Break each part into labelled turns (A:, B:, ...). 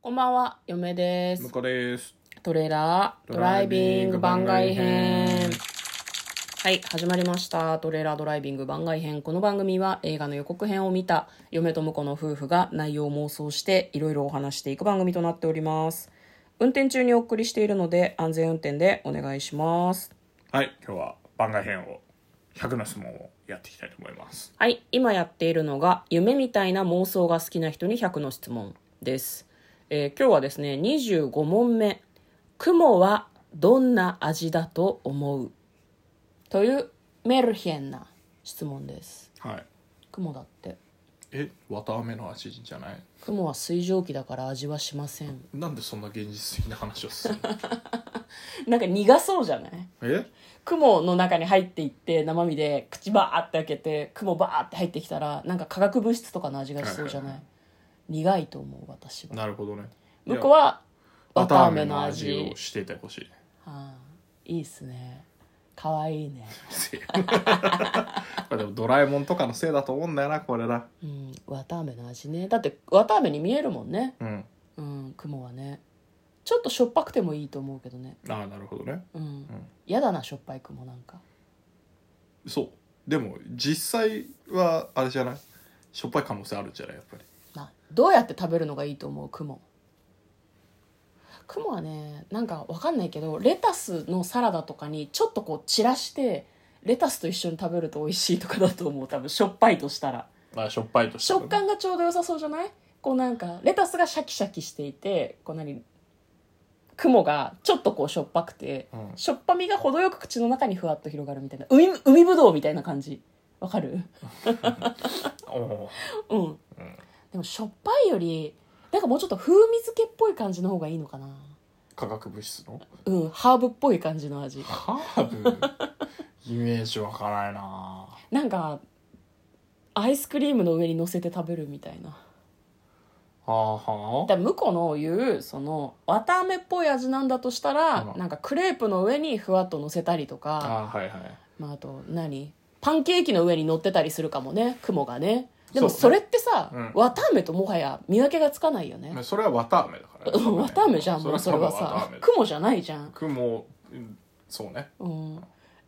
A: こんばんは、嫁です
B: 向。こうです
A: トレーラードライビング番外編。はい、始まりました。トレーラードライビング番外編。この番組は映画の予告編を見た嫁と婿の夫婦が内容を妄想していろいろお話していく番組となっております。運転中にお送りしているので安全運転でお願いします。
B: はい今日は番外編を100の質問をやっていきたいと思います
A: はい、今やっているのが夢みたいな妄想が好きな人に100の質問です、えー今日はですね25問目「雲はどんな味だと思う?」というメルヘンな質問です
B: はい
A: 雲だって
B: え綿あめの味じゃない
A: 雲は水蒸気だから味はしません
B: なんでそんな現実的な話をす るの
A: なんか苦そうじゃない
B: え
A: 雲の中に入っていって生身で口バーって開けて雲バーって入ってきたらなんか化学物質とかの味がしそうじゃない苦いと思う私は
B: なるほどね
A: 向こうは
B: 綿
A: 綿
B: あ
A: あ
B: め
A: め
B: の
A: の
B: 味
A: 味
B: をしててほ しい
A: ああいいっすねかわいいね、
B: これでもドラえもんとかのせいだと思うんだよなこれだ
A: うん、綿あめの味ねだって綿あめに見えるもんね
B: うん
A: うん雲はねちょっとしょっぱくてもいいと思うけどね
B: ああなるほどね
A: うん嫌、だなしょっぱい雲なんか
B: そうでも実際はあれじゃないしょっぱい可能性あるんじゃないやっぱり
A: などうやって食べるのがいいと思う雲雲はねなんかわかんないけどレタスのサラダとかにちょっとこう散らしてレタスと一緒に食べると美味しいとかだと思う多分しょっぱいとしたら
B: あしょっぱいとして
A: 食感がちょうど良さそうじゃないこうなんかレタスがシャキシャキしていてこう何雲がちょっとこうしょっぱくて、
B: うん
A: しょっぱみが程よく口の中にふわっと広がるみたいな海海ぶどうみたいな感じわかる
B: おお
A: うん、でもしょっぱいよりなんかもうちょっと風味付けっぽい感じの方がいいのかな
B: 化学物質の
A: うんハーブっぽい感じの味
B: ハーブイメージわかないな
A: なんかアイスクリームの上に乗せて食べるみたいな
B: あは
A: だから向こうの言うその綿あめっぽい味なんだとしたら、
B: うん
A: なんかクレープの上にふわっと乗せたりと
B: あ
A: かあ,、
B: あはいはい
A: まあ、あと何パンケーキの上に乗ってたりするかもね雲がねでも
B: そ
A: そう
B: ね
A: れってさ、
B: うん
A: 綿あめともはや見分けがつかないよね、
B: まあそれは綿あめだからね、
A: うん綿あめじゃんもうそれは
B: 多分綿
A: さ
B: あめだ
A: 雲じゃないじゃん、
B: 雲うんそうね
A: うん、っ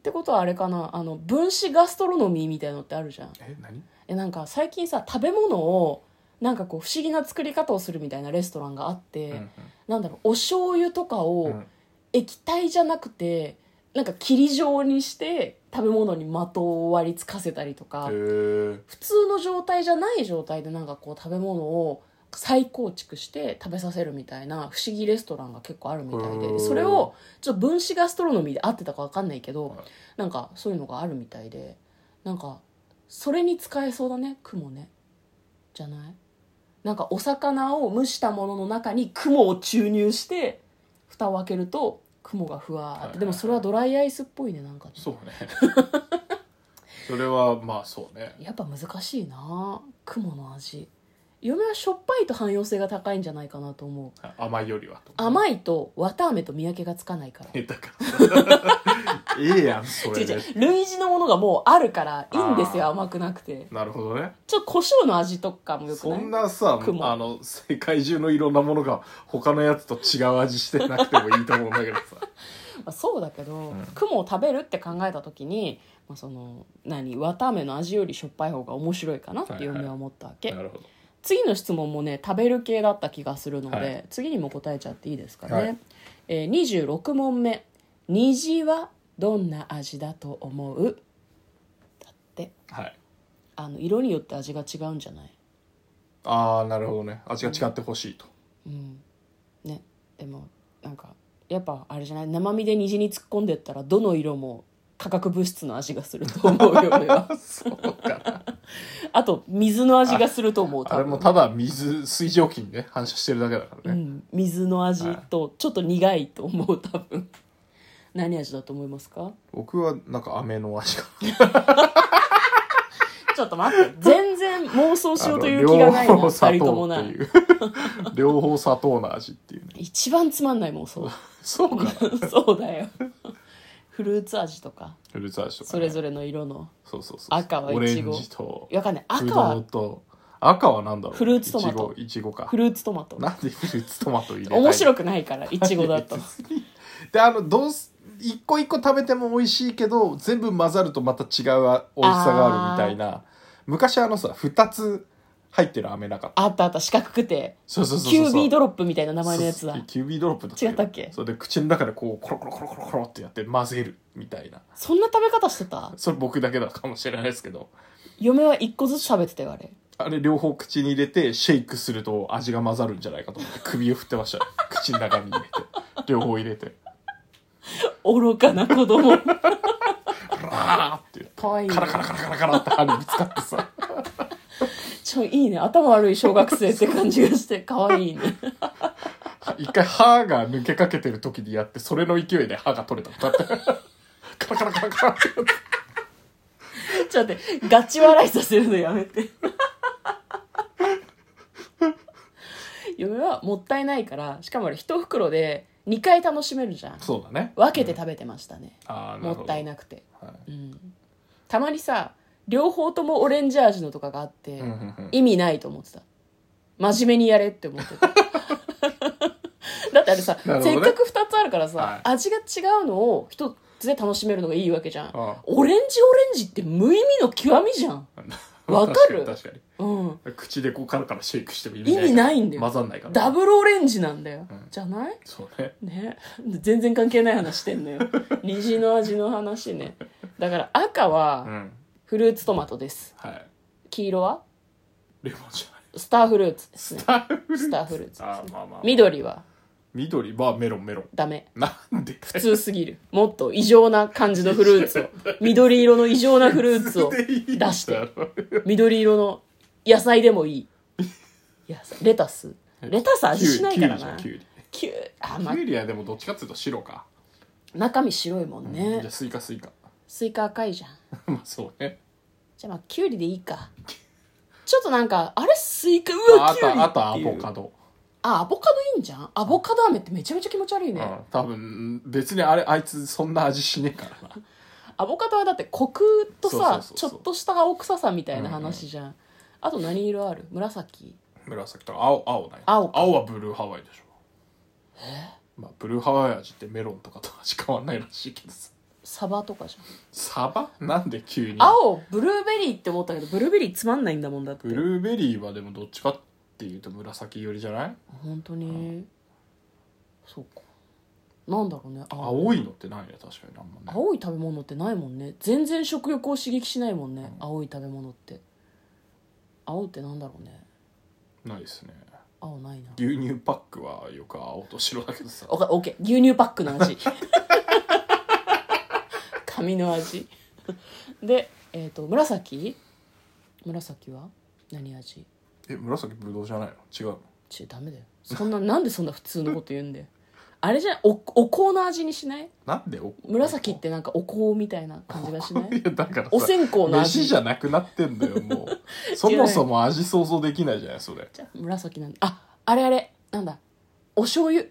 A: てことはあれかなあの分子ガストロノミーみたいのってあるじゃん
B: え何
A: えなんか最近さ食べ物をなんかこう不思議な作り方をするみたいなレストランがあって、
B: うん
A: なんだろうお醤油とかを、
B: うんうん
A: 液体じゃなくてなんか霧状にして食べ物に的を割りつかせたりとか
B: へえ
A: 普通の状態じゃない状態でなんかこう食べ物を再構築して食べさせるみたいな不思議レストランが結構あるみたい
B: へ
A: で
B: ー
A: それをちょっと分子ガストロノミーで合ってたか分かんないけど
B: はい
A: なんかそういうのがあるみたいでなんかそれに使えそうだね雲ねじゃないなんかお魚を蒸したものの中に雲を注入して蓋を開けると雲がふわーっ
B: はいはいは
A: て
B: い
A: でもそれはドライアイスっぽいねなんかね
B: そうね それはまあそうね
A: やっぱ難しいな雲の味嫁はしょっぱいと汎用性が高いんじゃないかなと思う
B: 甘いよりはと
A: 甘いと綿あめと見分けがつかないから
B: えだからええやんそ
A: 違う
B: れ
A: 違
B: で
A: う類似のものがもうあるからいいんですよ
B: あー
A: 甘くなくて
B: なるほどね
A: ちょっと胡椒の味とかもよく
B: そ
A: ない
B: んなさ
A: 雲
B: あの世界中のいろんなものが他のやつと違う味してなくてもいいと思うん だけどさ
A: まあ、そうだけど、
B: うん
A: 雲を食べるって考えた時に、まあ、その何綿あめの味よりしょっぱい方が面白いかなって嫁は思ったわけ、
B: なるほど
A: 次の質問もね食べる系だった気がするので、
B: はい
A: 次にも答えちゃっていいですかね、
B: はい
A: えー26問目「虹はどんな味だと思う?」だって
B: はい
A: あの色によって味が違うんじゃない
B: ああなるほどね味が違ってほしいと、
A: うんねでもなんかやっぱあれじゃない生身で虹に突っ込んでったらどの色も化学物質の味がすると思うよ俺 は
B: そうかな
A: あと水の味がすると思う
B: あ
A: 多
B: れ
A: 分
B: もただ水水蒸気にね反射してるだけだか
A: う
B: らね、
A: ん、水の味
B: はい
A: とちょっと苦いと思う多分何味だと思いますか
B: 僕はなんか飴の味が
A: ちょっと待 って全然妄想しようという気が
B: 両
A: ないな
B: 方砂
A: 2人とも
B: 糖
A: な
B: ってい
A: いう
B: 両方砂糖の味っていうね
A: 一番つまんない妄想
B: そうかな
A: そうだよフルーツ味とか
B: フルーツ味とか、ね、
A: それぞ
B: れ
A: れの色の
B: そうそうそう
A: 赤はい
B: オレ
A: ち
B: ン
A: ご
B: ジと
A: わかんない赤
B: ブドウ
A: は
B: と赤はなんだろう
A: フルーツトマト
B: いちごいちごか
A: フルーツトマト
B: なんでフルーツトマト入れたいの
A: 面白くないからいちごだ と
B: であのどうす一個一個食べても美味しいけど全部混ざるとまた違う美味しさがあるみたいな昔あのさ2つ入ってる飴なかった
A: あったあった四角くて
B: そうそうそう
A: キ
B: そう
A: ュービードロップみたいな名前のやつだ
B: そうそうキュービードロップだ
A: 違ったっけ
B: それで口の中でこうコロコロコロコロコロってやって混ぜるみたいな
A: そんな食べ方してた
B: それ僕だけだかもしれないですけど
A: 嫁は一個ずつ食べてたよあれ
B: あれ両方口に入れてシェイクすると味が混ざるんじゃないかと思って首を振ってましたよ口の中に入れて両方入れて
A: 愚かな子 供
B: ラーって
A: かわいい
B: カラカラカラカラカラって歯にぶつかってさ
A: ちょいいね頭悪い小学生って感じがしてかわいいね
B: 一回歯が抜けかけてる時にやってそれの勢いで歯が取れ たんだってカラカラカラカラって
A: ちょっと待ってガチ笑いさせるのやめて嫁はもったいないからしかもあれ一袋で2回楽しめるじゃん
B: そうだね
A: 分けて食べてましたね、
B: あー
A: もったい
B: な
A: なくて、
B: るほどはい
A: うん、たまにさ両方ともオレンジ味のとかがあって、
B: うんうんうん
A: 意味ないと思ってた真面目にやれって思ってた だってあれさ、
B: なるほど
A: せっ
B: ね
A: かく2つあるからさ、
B: はい
A: 味が違うのを1つで楽しめるのがいいわけじゃん
B: あ
A: オレンジオレンジって無意味の極みじゃん、わかる
B: 確かに確
A: うん、
B: かに口でこうカラカラシェイクしても意
A: 意味ないんだよ
B: 混ざんないから
A: ダブルオレンジなんだよ、
B: ん
A: じゃない
B: そうね
A: ね全然関係ない話してんのよ虹の味の話ねだから赤
B: う
A: は
B: ん
A: フルーツトマトです
B: はい
A: 黄色は
B: レモンじゃない
A: スターフルーツですね
B: ターフル
A: スターフルーツ
B: あーまあまあ
A: 緑は
B: 緑はメロンメロン
A: ダメ
B: なんで普
A: 普通すぎるもっと異常な感じのフルーツを緑色の異常なフルーツ を出して緑色の野菜でもいい野菜レタスレタス味しないからな
B: キュウリじゃん
A: キュウあ、
B: キュウリ
A: ま
B: キュウリはでもどっちかっていうと白か
A: 中身白いもんね、
B: じゃあスイカスイカ
A: スイカ赤いじゃん
B: まあそうね
A: じゃあまあキュウリでいいかちょっとなんかあれスイカうわ
B: あ
A: キュウリ
B: と
A: っ
B: あとア
A: ていう
B: ボカド
A: あアボカドいいんじゃんアボカド飴ってめちゃめちゃ気持ち悪いね、
B: うん多分別にあれあいつそんな味しねえからな
A: アボカドはだってコクとさ
B: そうそうそうそう
A: ちょっとした青臭さみたいな話じゃん、あと何色ある紫
B: 紫とか青青ない
A: 青か
B: 青はブルーハワイでしょまあブルーハワイ味ってメロンとかと味変わんないらしいけどさ
A: サバとかじゃん、
B: サバなんで急に
A: 青ブルーベリーって思ったけどブルーベリーつまんないんだもんだって
B: ブルーベリーはでもどっちかっていうと紫寄りじゃない
A: 本当に、そうかなんだろうねあ
B: 青いのってないね確かにあんまね
A: 青い食べ物ってないもんね全然食欲を刺激しないもんね、青い食べ物って青ってなんだろうね
B: ないですね
A: 青ないな
B: 牛乳パックはよく青と白だけどさ
A: オッケー牛乳パックの味 紙の味でえっ、と紫紫は何味
B: え紫ブドウじゃないの違うの
A: ちょダメだよそ んななんでそんな普通のこと言うんだよあれじゃないおお香の味にしない
B: なんでお
A: 紫ってなんかお香みたいな感じがしない
B: いやだからさ
A: お線香の味
B: 飯じゃなくなってんだよ もうそもそも味想像できないじゃないそれ
A: じゃあ紫なんだああれあれなんだお醤油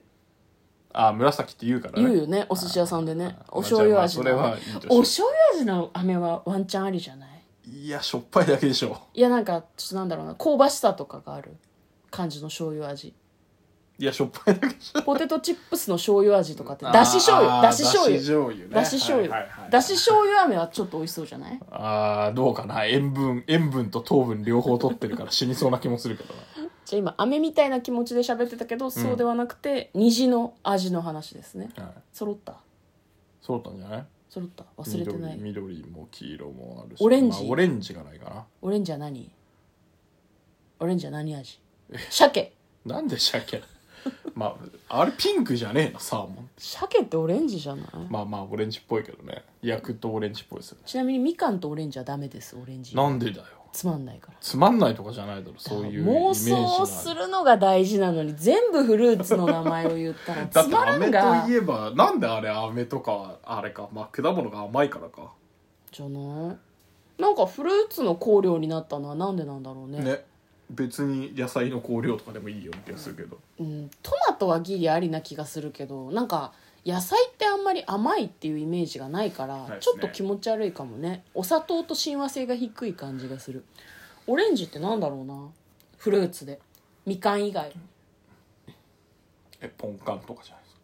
B: あ紫って言うからね
A: 言うよねお寿司屋さんでね
B: あ
A: お醤油味
B: まあじゃあま
A: の
B: あそれはいいとして
A: お醤油味の飴はワンチャンありじゃない
B: いやしょっぱいだけでしょ
A: いやなんかちょっとなんだろうな香ばしさとかがある感じの醤油味
B: いやしょっぱいだけで しょ
A: ポテトチップスの醤油味とかってだし醤油
B: あー
A: だし醤
B: だし
A: 油
B: 醤油ね
A: だし醤油
B: はいはいはい
A: だし醤油飴はちょっと美味しそうじゃない
B: あーどうかな塩分塩分と糖分両方取ってるから死にそうな気もするけどな
A: じゃあ今飴みたいな気持ちで喋ってたけどそうではなくて虹の味の話ですね
B: はい
A: 揃った
B: そうだったんじゃない
A: 揃った忘れてない
B: 緑緑も黄色もあるし
A: オレンジ
B: まあオレンジがないかな
A: オレンジは何オレンジは何味鮭
B: なん で鮭まああれピンクじゃねえなサーモン
A: 鮭ってオレンジじゃない
B: まあまあオレンジっぽいけどね焼くとオレンジっぽいですよね
A: ちなみにみかんとオレンジはダメですオレンジ
B: なんでだよ
A: つまんないから
B: つまんないとかじゃないだろそういうイメー
A: 妄
B: ジな
A: 想するのが大事なのに全部フルーツの名前を言ったら
B: だ
A: つ
B: って
A: まらん
B: 飴
A: が
B: といえばなんであれ飴とかあれかまあ果物が甘いからか
A: じゃないなんかフルーツの香料になったのはなんでなんだろうね
B: ね別に野菜の香料とかでもいいような気がするけど
A: うん、トマトはギリありな気がするけどなんか野菜ってあんまり甘いっていうイメージがないから、
B: いですね
A: ちょっと気持ち悪いかもねお砂糖と親和性が低い感じがするオレンジってなんだろうなフルーツでみかん以外
B: えポンカンとかじゃないですか、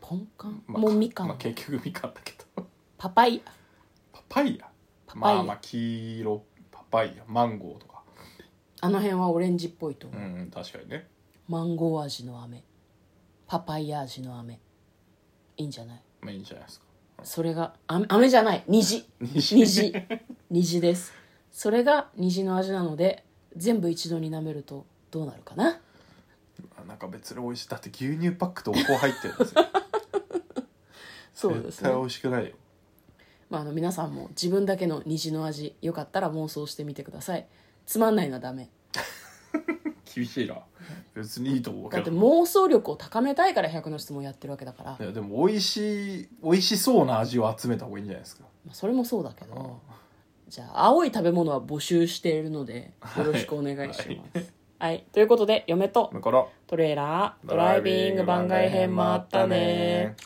A: ポンカン、
B: まあ
A: もうみかん、
B: まあ、結局みかんだけど
A: パパイヤ
B: パパイヤ
A: パパイ
B: ま
A: ヤ
B: あまあ黄色パパイヤマンゴーとか
A: あの辺はオレンジっぽいと
B: う
A: 思う、
B: んうん確かにね
A: マンゴー味の飴パパイヤ味の飴いいんじゃない
B: まあいいんじゃないですか
A: それがあ飴じゃない虹
B: 虹
A: 虹虹ですそれが虹の味なので全部一度に舐めるとどうなるかな
B: あなんか別に美味しいだって牛乳パックとお香入ってるんですよ
A: そうです
B: 絶対
A: ね
B: 美、味しくないよ
A: まあ、あの皆さんも自分だけの虹の味よかったら妄想してみてくださいつまんないのはダメ
B: 厳しいな別にいいと思う
A: だ
B: け
A: って
B: ど
A: 妄想力を高めたいから100の質問やってるわけだから、
B: いやでも美味しい美味しそうな味を集めた方がいいんじゃないですか
A: まあ、それもそうだけどじゃあ青い食べ物は募集しているのでよろしくお願いしますはい、ということで嫁と
B: だから
A: トレーラードライビング番外編もあったね